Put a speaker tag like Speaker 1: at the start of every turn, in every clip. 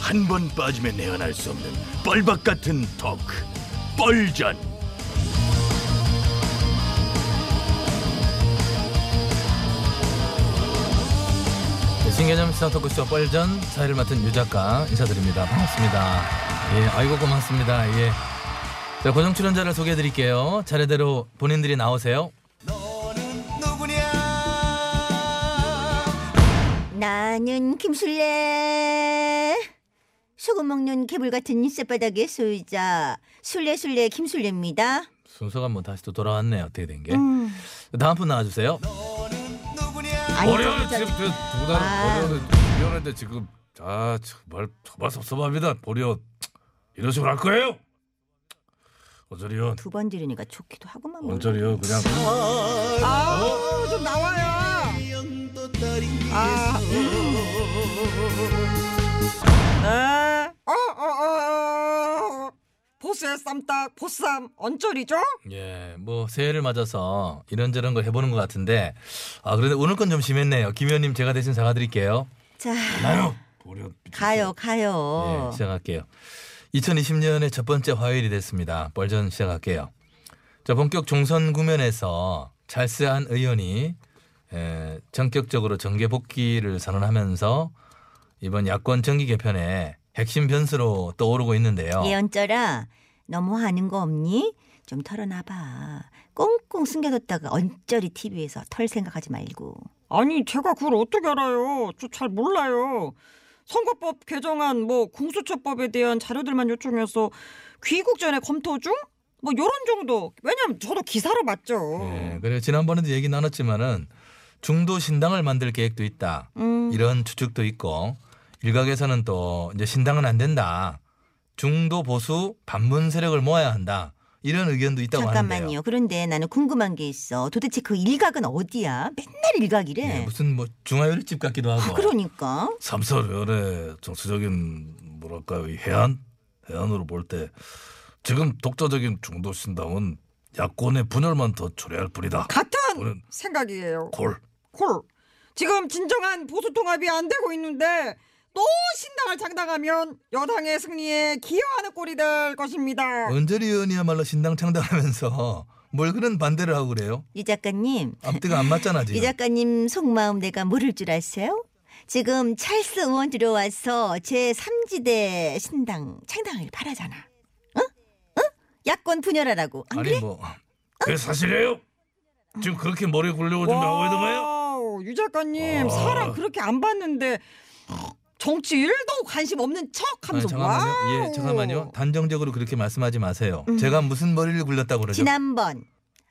Speaker 1: 한 번 빠지면 내안할 수 없는 뻘박 같은 토크 뻘전
Speaker 2: 네, 신개념 시사 토크쇼 뻘전 사회를 맡은 유 작가 인사드립니다. 반갑습니다. 예, 아이고 고맙습니다. 예. 자, 고정 출연자를 소개해 드릴게요. 차례대로 본인들이 나오세요.
Speaker 3: 나는 김술래. 소금 먹는 개불 같은 쇳바닥의 소유자 술래술래 김술래입니다.
Speaker 2: 순서가 뭐 다시 또 돌아왔네요. 어떻게 된 게.
Speaker 3: 음.
Speaker 2: 다음 분 나와 주세요.
Speaker 3: 아니,
Speaker 4: 어려운
Speaker 3: 저, 저,
Speaker 4: 지금
Speaker 3: 저,
Speaker 4: 두분
Speaker 3: 아.
Speaker 4: 어려운 미안한데 지금 아 정말 정말 섭섭합니다. 보려 이런 식으로 할 거예요? 어쩌리요?
Speaker 3: 두번 들으니까 좋기도 하고만 뭐.
Speaker 4: 어쩌리요? 그냥
Speaker 5: 아좀 나와요. 아. 네. 어, 어, 어. 보스의 쌈딱 보쌈 언저리죠?
Speaker 2: 예, 뭐 새해를 맞아서 이런저런 걸 해보는 것 같은데 아 그런데 오늘 건 좀 심했네요. 김 의원님 제가 대신 사과드릴게요.
Speaker 3: 자
Speaker 4: 나요. 보려
Speaker 3: 가요 가요.
Speaker 2: 예, 시작할게요. 2020년의 첫 번째 화요일이 됐습니다. 벌전 시작할게요. 자, 본격 종선 구면에서 찰스한 의원이 에, 전격적으로 정계 복귀를 선언하면서 이번 야권 정기 개편의 핵심 변수로 떠오르고 있는데요.
Speaker 3: 예언절아 너무하는 거 없니? 좀 털어놔봐. 꽁꽁 숨겨뒀다가 언저리 TV에서 털 생각하지 말고.
Speaker 5: 아니 제가 그걸 어떻게 알아요? 저 잘 몰라요. 선거법 개정안 뭐 공수처법에 대한 자료들만 요청해서 귀국 전에 검토 중? 뭐 요런 정도. 왜냐면 저도 기사로 봤죠.
Speaker 2: 예, 그리고 지난번에도 얘기 나눴지만은 중도 신당을 만들 계획도 있다.
Speaker 3: 음.
Speaker 2: 이런 추측도 있고 일각에서는 또 이제 신당은 안 된다. 중도 보수 반문 세력을 모아야 한다. 이런 의견도 있다고 하는데요.
Speaker 3: 잠깐만요. 그런데 나는 궁금한 게 있어. 도대체 그 일각은 어디야? 맨날 일각이래.
Speaker 2: 예, 무슨 뭐 중화요리집 같기도 하고
Speaker 3: 네. 아, 그러니까.
Speaker 4: 삼사별의 정치적인 뭐랄까요 이 해안 해안으로 볼 때 지금 독자적인 중도 신당은 야권의 분열만 더 초래할 뿐이다.
Speaker 5: 같은
Speaker 4: 저는-
Speaker 5: 생각이에요.
Speaker 4: 골.
Speaker 5: 콜. 지금 진정한 보수 통합이 안 되고 있는데 또 신당을 장당하면 여당의 승리에 기여하는 꼴이 될 것입니다.
Speaker 2: 언저리 의원이야말로 신당 창당하면서 뭘 그런 반대를 하고 그래요?
Speaker 3: 유 작가님,
Speaker 2: 앞뒤가 안 맞잖아 지금.
Speaker 3: 유 작가님 속마음 내가 모를 줄 아세요? 지금 찰스 의원 들어와서 제 3지대 신당 창당을 바라잖아. 응? 응? 야권 분열하라고. 안
Speaker 2: 아니
Speaker 3: 그래?
Speaker 2: 뭐
Speaker 4: 그게 사실이에요? 지금 그렇게 머리 굴려고 지금 나오고 있는 거예요?
Speaker 5: 와우, 유 작가님
Speaker 4: 아.
Speaker 5: 사람 그렇게 안 봤는데 정치 1도 관심 없는
Speaker 2: 아니,
Speaker 5: 척하면서
Speaker 2: 잠깐만요.
Speaker 5: 와우.
Speaker 2: 예, 잠깐만요. 단정적으로 그렇게 말씀하지 마세요. 제가 무슨 머리를 굴렸다고 그러죠?
Speaker 3: 지난번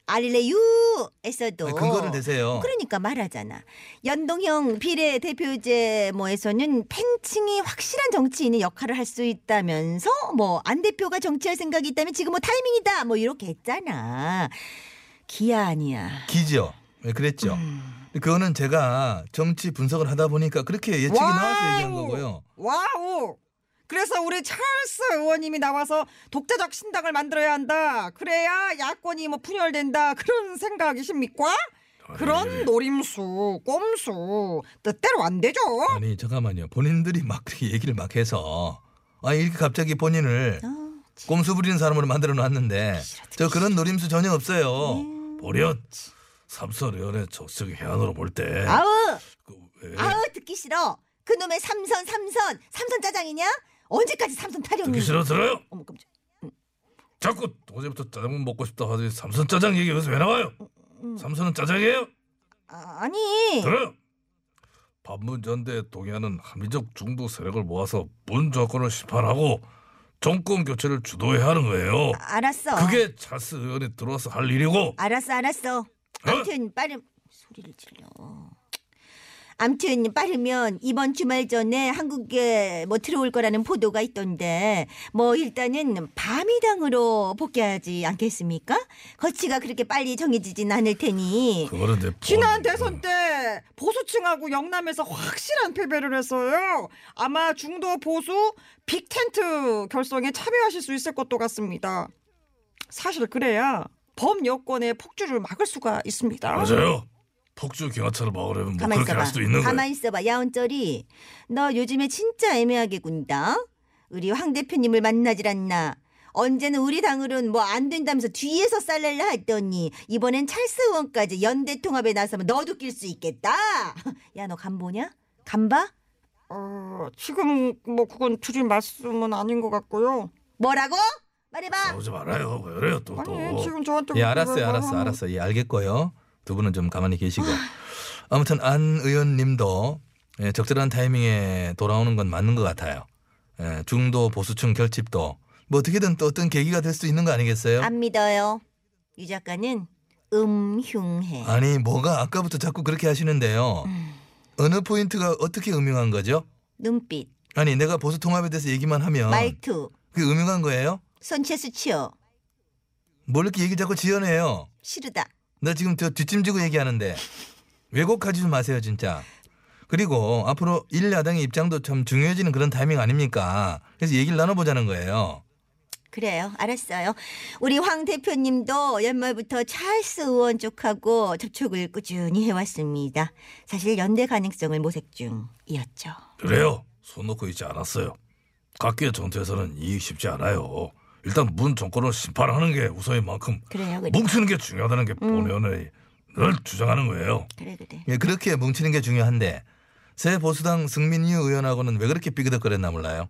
Speaker 3: 알레유에서도
Speaker 2: 아니, 근거를 대세요.
Speaker 3: 그러니까 말하잖아. 연동형 비례 대표제 뭐에서는 팬층이 확실한 정치인의 역할을 할 수 있다면서 뭐 안 대표가 정치할 생각이 있다면 지금 뭐 타이밍이다 뭐 이렇게 했잖아. 기아 아니야.
Speaker 2: 기죠. 예, 그랬죠. 근데 그거는 제가 정치 분석을 하다 보니까 그렇게 예측이 나와서 얘기한
Speaker 5: 와우.
Speaker 2: 거고요.
Speaker 5: 와우. 그래서 우리 찰스 의원님이 나와서 독자적 신당을 만들어야 한다. 그래야 야권이 뭐 분열된다. 그런 생각이십니까?
Speaker 2: 아, 예.
Speaker 5: 그런 노림수, 꼼수 뜻대로 안 되죠.
Speaker 2: 아니 잠깐만요. 본인들이 막 그렇게 얘기를 막 해서 아 이렇게 갑자기 본인을
Speaker 3: 아,
Speaker 2: 꼼수 부리는 사람으로 만들어 놨는데 저 그런 노림수 전혀 없어요.
Speaker 4: 보려 삼사별의 정치적 해안으로 볼 때.
Speaker 3: 아우
Speaker 4: 그 왜?
Speaker 3: 아우 듣기 싫어. 그놈의 삼선 삼선 삼선 짜장이냐? 언제까지 삼선 타령이?
Speaker 4: 듣기 싫어 들어요?
Speaker 3: 어머 깜짝.
Speaker 4: 자꾸 어제부터 짜장면 먹고 싶다 하더니 삼선 짜장 얘기 여기서 왜 나와요?
Speaker 3: 음.
Speaker 4: 삼선은 짜장이에요?
Speaker 3: 아, 아니.
Speaker 4: 들어요? 반문 전대에 동의하는 합리적 중도 세력을 모아서 문 정권을 심판하고 정권 교체를 주도해야 하는 거예요.
Speaker 3: 아, 알았어.
Speaker 4: 그게 찰스 의원이 들어와서 할 일이고
Speaker 3: 알았어 알았어. 암튼 빠름 소리를 질러. 암튼 빠르면 이번 주말 전에 한국에 뭐 들어올 거라는 보도가 있던데 뭐 일단은 밤이당으로 복귀하지 않겠습니까? 거치가 그렇게 빨리 정해지진 않을 테니
Speaker 4: 그거는 이제
Speaker 5: 지난 대선 때 보수층하고 영남에서 확실한 패배를 했어요. 아마 중도 보수 빅텐트 결성에 참여하실 수 있을 것도 같습니다. 사실 그래야 범 여권의 폭주를 막을 수가 있습니다.
Speaker 4: 맞아요. 폭주 경화차를 막으려면 뭐
Speaker 3: 가만
Speaker 4: 그렇게
Speaker 3: 있어봐.
Speaker 4: 할 수도 있는
Speaker 3: 가만
Speaker 4: 거예요.
Speaker 3: 있어봐. 야원절이 너 요즘에 진짜 애매하게 군다. 우리 황 대표님을 만나질 않나. 언제는 우리 당으론 뭐 안 된다면서 뒤에서 쌀렐라 했더니 이번엔 찰스 의원까지 연대 통합에 나서면 너도 낄 수 있겠다. 야 너 간 보냐? 간 봐?
Speaker 5: 어, 지금 뭐 그건 드릴 말씀은 아닌 것 같고요.
Speaker 3: 뭐라고? 말해봐.
Speaker 4: 나오지 말아요. 왜 그래요 또 또.
Speaker 5: 아니 지금 저한테
Speaker 2: 예,
Speaker 5: 그렇게
Speaker 2: 알았어요,
Speaker 5: 말하면-
Speaker 2: 알았어, 알았어. 예, 알겠고요. 두 분은 좀 가만히 계시고. 아무튼 안 의원님도 예, 적절한 타이밍에 돌아오는 건 맞는 것 같아요. 예, 중도 보수층 결집도 뭐 어떻게든 또 어떤 계기가 될 수 있는 거 아니겠어요?
Speaker 3: 안 믿어요. 유 작가는 음흉해.
Speaker 2: 아니 뭐가 아까부터 자꾸 그렇게 하시는데요. 어느 포인트가 어떻게 음흉한 거죠?
Speaker 3: 눈빛,
Speaker 2: 아니 내가 보수 통합에 대해서 얘기만
Speaker 4: 어.
Speaker 2: 하면
Speaker 3: 말투,
Speaker 2: 그게 음흉한 거예요?
Speaker 3: 손체 수치요.
Speaker 2: 뭘 이렇게 얘기 자꾸 지어내요?
Speaker 3: 싫으다.
Speaker 2: 나 지금 저 뒷짐지고 얘기하는데 왜곡하지 좀 마세요 진짜. 그리고 앞으로 일야당의 입장도 참 중요해지는 그런 타이밍 아닙니까? 그래서 얘기를 나눠보자는 거예요.
Speaker 3: 그래요. 알았어요. 우리 황 대표님도 연말부터 찰스 의원 쪽하고 접촉을 꾸준히 해왔습니다. 사실 연대 가능성을 모색 중이었죠.
Speaker 4: 그래요. 손 놓고 있지 않았어요. 각기의 정치에서는 이익 쉽지 않아요. 일단 문 정권을 심판하는 게 우선인 만큼
Speaker 3: 그래요.
Speaker 2: 뭐?
Speaker 3: 그래.
Speaker 4: 뭉치는 게 중요하다는 게 본연의 늘 주장하는 거예요.
Speaker 3: 그래 그래.
Speaker 2: 예, 그렇게 뭉치는 게 중요한데 새 보수당 승민유 의원하고는 왜 그렇게 삐그덕거렸나 몰라요.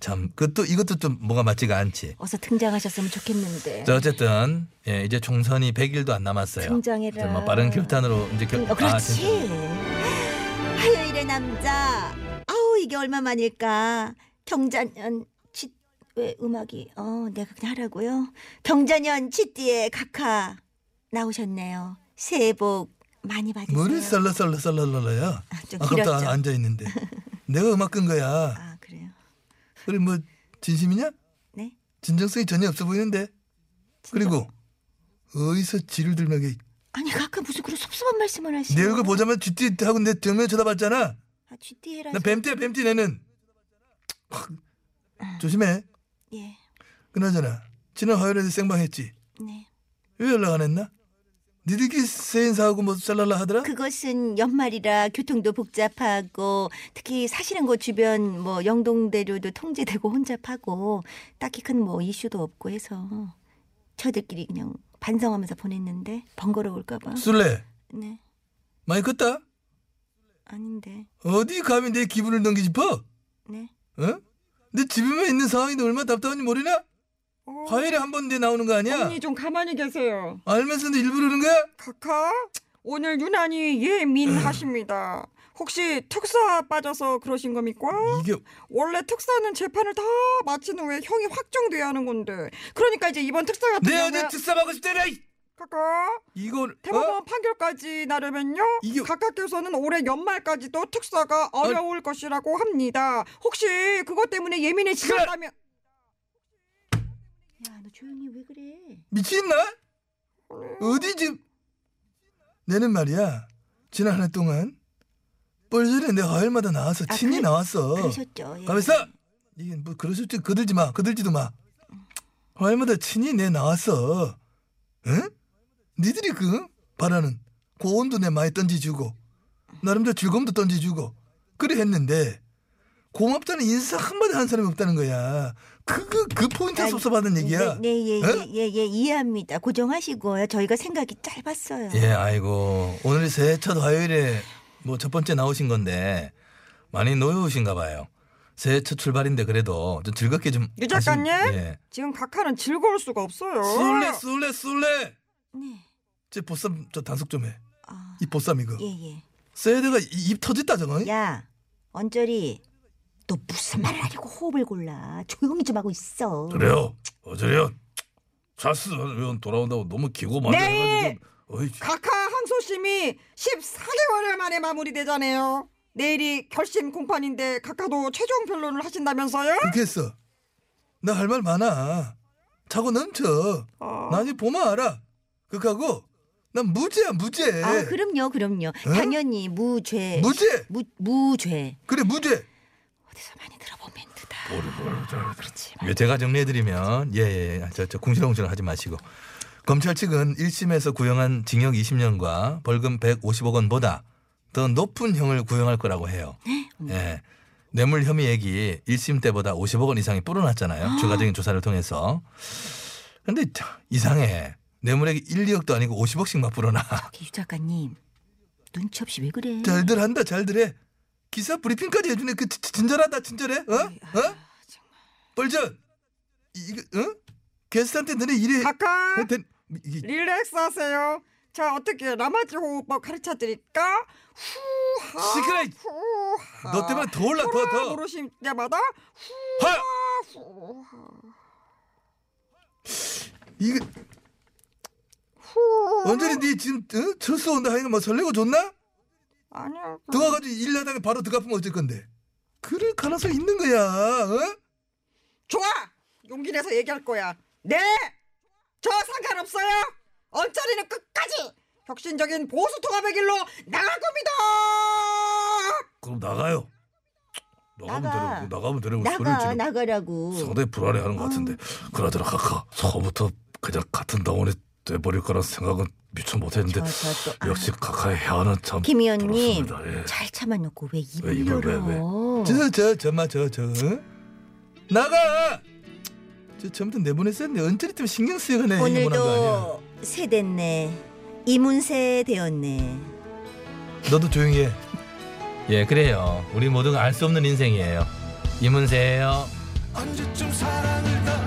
Speaker 2: 참 그것도 이것도 좀 뭐가 맞지가 않지.
Speaker 3: 어서 등장하셨으면 좋겠는데.
Speaker 2: 자 어쨌든 예, 이제 총선이 100일도 안 남았어요.
Speaker 3: 등장해라.
Speaker 2: 이제 뭐 빠른 결단으로 이제 결.
Speaker 3: 어,
Speaker 2: 아, 진짜.
Speaker 3: 그렇지. 아, 화요일의 남자. 아우 이게 얼마만일까. 경자년 치 왜 음악이 어 내가 그냥 하라고요. 경자년 치띠의 각하 나오셨네요. 새해 복 많이 받으세요.
Speaker 2: 뭐를 썰러썰러썰러썰러야.
Speaker 3: 아, 좀
Speaker 2: 아까부터
Speaker 3: 길었죠.
Speaker 2: 앉아 있는데 내가 음악 끈 거야.
Speaker 3: 아 그래요.
Speaker 2: 그리고 뭐 진심이냐?
Speaker 3: 네.
Speaker 2: 진정성이 전혀 없어 보이는데. 그리고 어디서 지를 들먹여?
Speaker 3: 아니 각하 무슨 그런 섭섭한 말씀을 하시
Speaker 2: 내
Speaker 3: 네
Speaker 2: 얼굴 보자마자 쥐띠 하고 내 정면 쳐다봤잖아.
Speaker 3: 아 쥐띠해라.
Speaker 2: 나 뱀띠야 뱀띠 내는. 조심해.
Speaker 3: 예.
Speaker 2: 그나저나 지난 화요일에 생방했지.
Speaker 3: 네.
Speaker 2: 왜 연락 안 했나? 니들끼리 새 인사하고 뭐 쌀랄라 하더라?
Speaker 3: 그것은 연말이라 교통도 복잡하고 특히 사시는 곳 주변 뭐 영동대로도 통제되고 혼잡하고 딱히 큰 뭐 이슈도 없고 해서 저들끼리 그냥 반성하면서 보냈는데 번거로울까 봐.
Speaker 2: 술래
Speaker 3: 네.
Speaker 2: 많이 컸다?
Speaker 3: 아닌데.
Speaker 2: 어디 감히 내 기분을 넘기짚어?
Speaker 3: 네.
Speaker 2: 어? 내 집에만 있는 상황이 얼마나 답답한지 모르나?
Speaker 5: 어,
Speaker 2: 화요일에 한 번 내 나오는 거 아니야?
Speaker 5: 언니 좀 가만히 계세요.
Speaker 2: 알면서도 일부러 그런 거야?
Speaker 5: 카카 오늘 유난히 예민하십니다. 혹시 특사 빠져서 그러신 겁니까?
Speaker 2: 이게
Speaker 5: 원래 특사는 재판을 다 마친 후에 형이 확정돼야 하는 건데 그러니까 이제 이번 특사 같은
Speaker 2: 내
Speaker 5: 경우에
Speaker 2: 여자 특사하고 싶대라 이-
Speaker 5: 카카
Speaker 2: 이걸
Speaker 5: 대법원
Speaker 2: 어?
Speaker 5: 판결까지 나려면요
Speaker 2: 이게-
Speaker 5: 각하께서는 올해 연말까지도 특사가 어려울 것이라고 합니다. 혹시 그것 때문에 예민해지셨다면
Speaker 3: 야, 너 조용히 왜 그래?
Speaker 2: 미친나? 어디 집? 내는 말이야 지난 한 해 동안 뻘전에 내 화요일마다 나와서
Speaker 3: 아,
Speaker 2: 친히
Speaker 3: 그래-
Speaker 2: 나왔어
Speaker 3: 그러셨죠. 예.
Speaker 2: 가만있어 이게 뭐 그러실지 그들지 마 그들지도 마 화요일마다 친히 내 나왔어 응? 니들이 그 바라는 고온도 내 많이 던지주고 나름대로 즐거움도 던지주고 그래 했는데 고맙다는 인사 한마디 한 사람이 없다는 거야 그그 그 포인트가
Speaker 3: 아니,
Speaker 2: 섭섭하다는 얘기야 어?
Speaker 3: 네, 네, 예,
Speaker 2: 응?
Speaker 3: 예, 예, 예, 이해합니다. 고정하시고요. 저희가 생각이 짧았어요.
Speaker 2: 예, 아이고 오늘이 새해 첫 화요일에 뭐 첫 번째 나오신 건데 많이 노여우신가 봐요. 새해 첫 출발인데 그래도 좀 즐겁게 좀.
Speaker 5: 유 작가님?
Speaker 2: 하신- 예.
Speaker 5: 지금 각하는 즐거울 수가 없어요.
Speaker 2: 술래 술래 술래.
Speaker 3: 네.
Speaker 2: 제 보쌈 저 단속 좀 해.
Speaker 3: 아,
Speaker 2: 이 보쌈 이거. 그.
Speaker 3: 예, 예.
Speaker 2: 세대가 이- 입 터졌다 저거.
Speaker 3: 야, 언저리, 너 무슨 말을 하려고 호흡을 골라? 조용히 좀 하고 있어.
Speaker 4: 그래요. 어제요. 찰스 의원 돌아온다고 너무 기고 많이
Speaker 5: 네.
Speaker 4: 해가지고 어이
Speaker 5: 각하 항소심이 14개월 만에 마무리되잖아요. 내일이 결심 공판인데 각하도 최종 변론을 하신다면서요?
Speaker 2: 그렇게 했어. 나 할 말 많아. 차고 넘쳐.
Speaker 5: 어.
Speaker 2: 나 이제 보면 알아. 그하고 난 무죄야 무죄.
Speaker 3: 아, 그럼요, 그럼요. 당연히 무죄.
Speaker 2: 무죄.
Speaker 3: 무, 무죄.
Speaker 2: 그래 무죄.
Speaker 3: 어디서 많이 들어본 멘트다.
Speaker 4: 뭐를 뭐를 저를
Speaker 2: 예, 제가 정리해드리면 예예 저, 저 궁시렁궁시렁 하지 마시고 검찰 측은 1심에서 구형한 징역 20년과 벌금 150억 원보다 더 높은 형을 구형할 거라고 해요. 예. 뇌물 혐의액이 1심 때보다 50억 원 이상이 불어났잖아요. 추가적인 조사를 통해서. 근데 참 이상해. 뇌물액이 1, 2억도 아니고 50억씩 막 불어나.
Speaker 3: 유 작가님 눈치 없이 왜 그래?
Speaker 2: 잘들 한다, 잘들 해. 기사 브리핑까지 해주네. 그 진- 친절하다, 친절해. 어? 어? 벌전. 이거 어? 게스트한테 너네 이래.
Speaker 5: 아까
Speaker 2: 어, 된- 이-
Speaker 5: 릴렉스 하세요. 자 어떻게 라마지 호흡법 가르쳐 드릴까? 후하
Speaker 2: 시끄러이.
Speaker 5: 후하
Speaker 4: 아,
Speaker 2: 너 때문에 더 올라 더 더.
Speaker 5: 부르실 때마다
Speaker 2: 하!
Speaker 5: 후하
Speaker 2: 이거
Speaker 5: 후
Speaker 2: 완전히 네 지금 어? 철수 온다 하니까 막 설레고 좋나?
Speaker 5: 아니야
Speaker 2: 들어가가지고 일하다가 바로 들어가면 어쩔 건데. 그럴 가능성이 있는 거야. 어?
Speaker 5: 좋아 용기 내서 얘기할 거야 네저 상관없어요 언저리는 끝까지 혁신적인 보수 통합의 길로 나갈 겁니다
Speaker 4: 그럼 나가요. 나가면
Speaker 3: 나가.
Speaker 4: 되려고 나가면 되려고 소리를
Speaker 3: 나가
Speaker 4: 지르고
Speaker 3: 나가라고.
Speaker 4: 상당히 불안해하는 것 같은데 그나저나 카카 서부터 그냥 같은 당원이 돼버릴 거란 생각은 미처 못했는데
Speaker 3: 저, 저, 또, 아.
Speaker 4: 역시 카카의 해안은 참
Speaker 3: 김 의원님
Speaker 4: 부럽습니다. 예.
Speaker 3: 잘 참아놓고 왜
Speaker 4: 왜
Speaker 3: 입을
Speaker 4: 입을
Speaker 3: 열어?
Speaker 4: 왜, 왜?
Speaker 2: 저, 저, 저마, 저, 저. 어? 나가! 저 처음부터 내보냈었는데 언저리 때문에 신경 쓰여가네. 이거 뭐라는 거 아니야.
Speaker 3: 오늘도 새 됐네. 이문세 되었네.
Speaker 2: 너도 조용히 해. 예, 그래요. 우리 모두가 알 수 없는 인생이에요. 이문세예요.
Speaker 1: 언제쯤 사랑을 다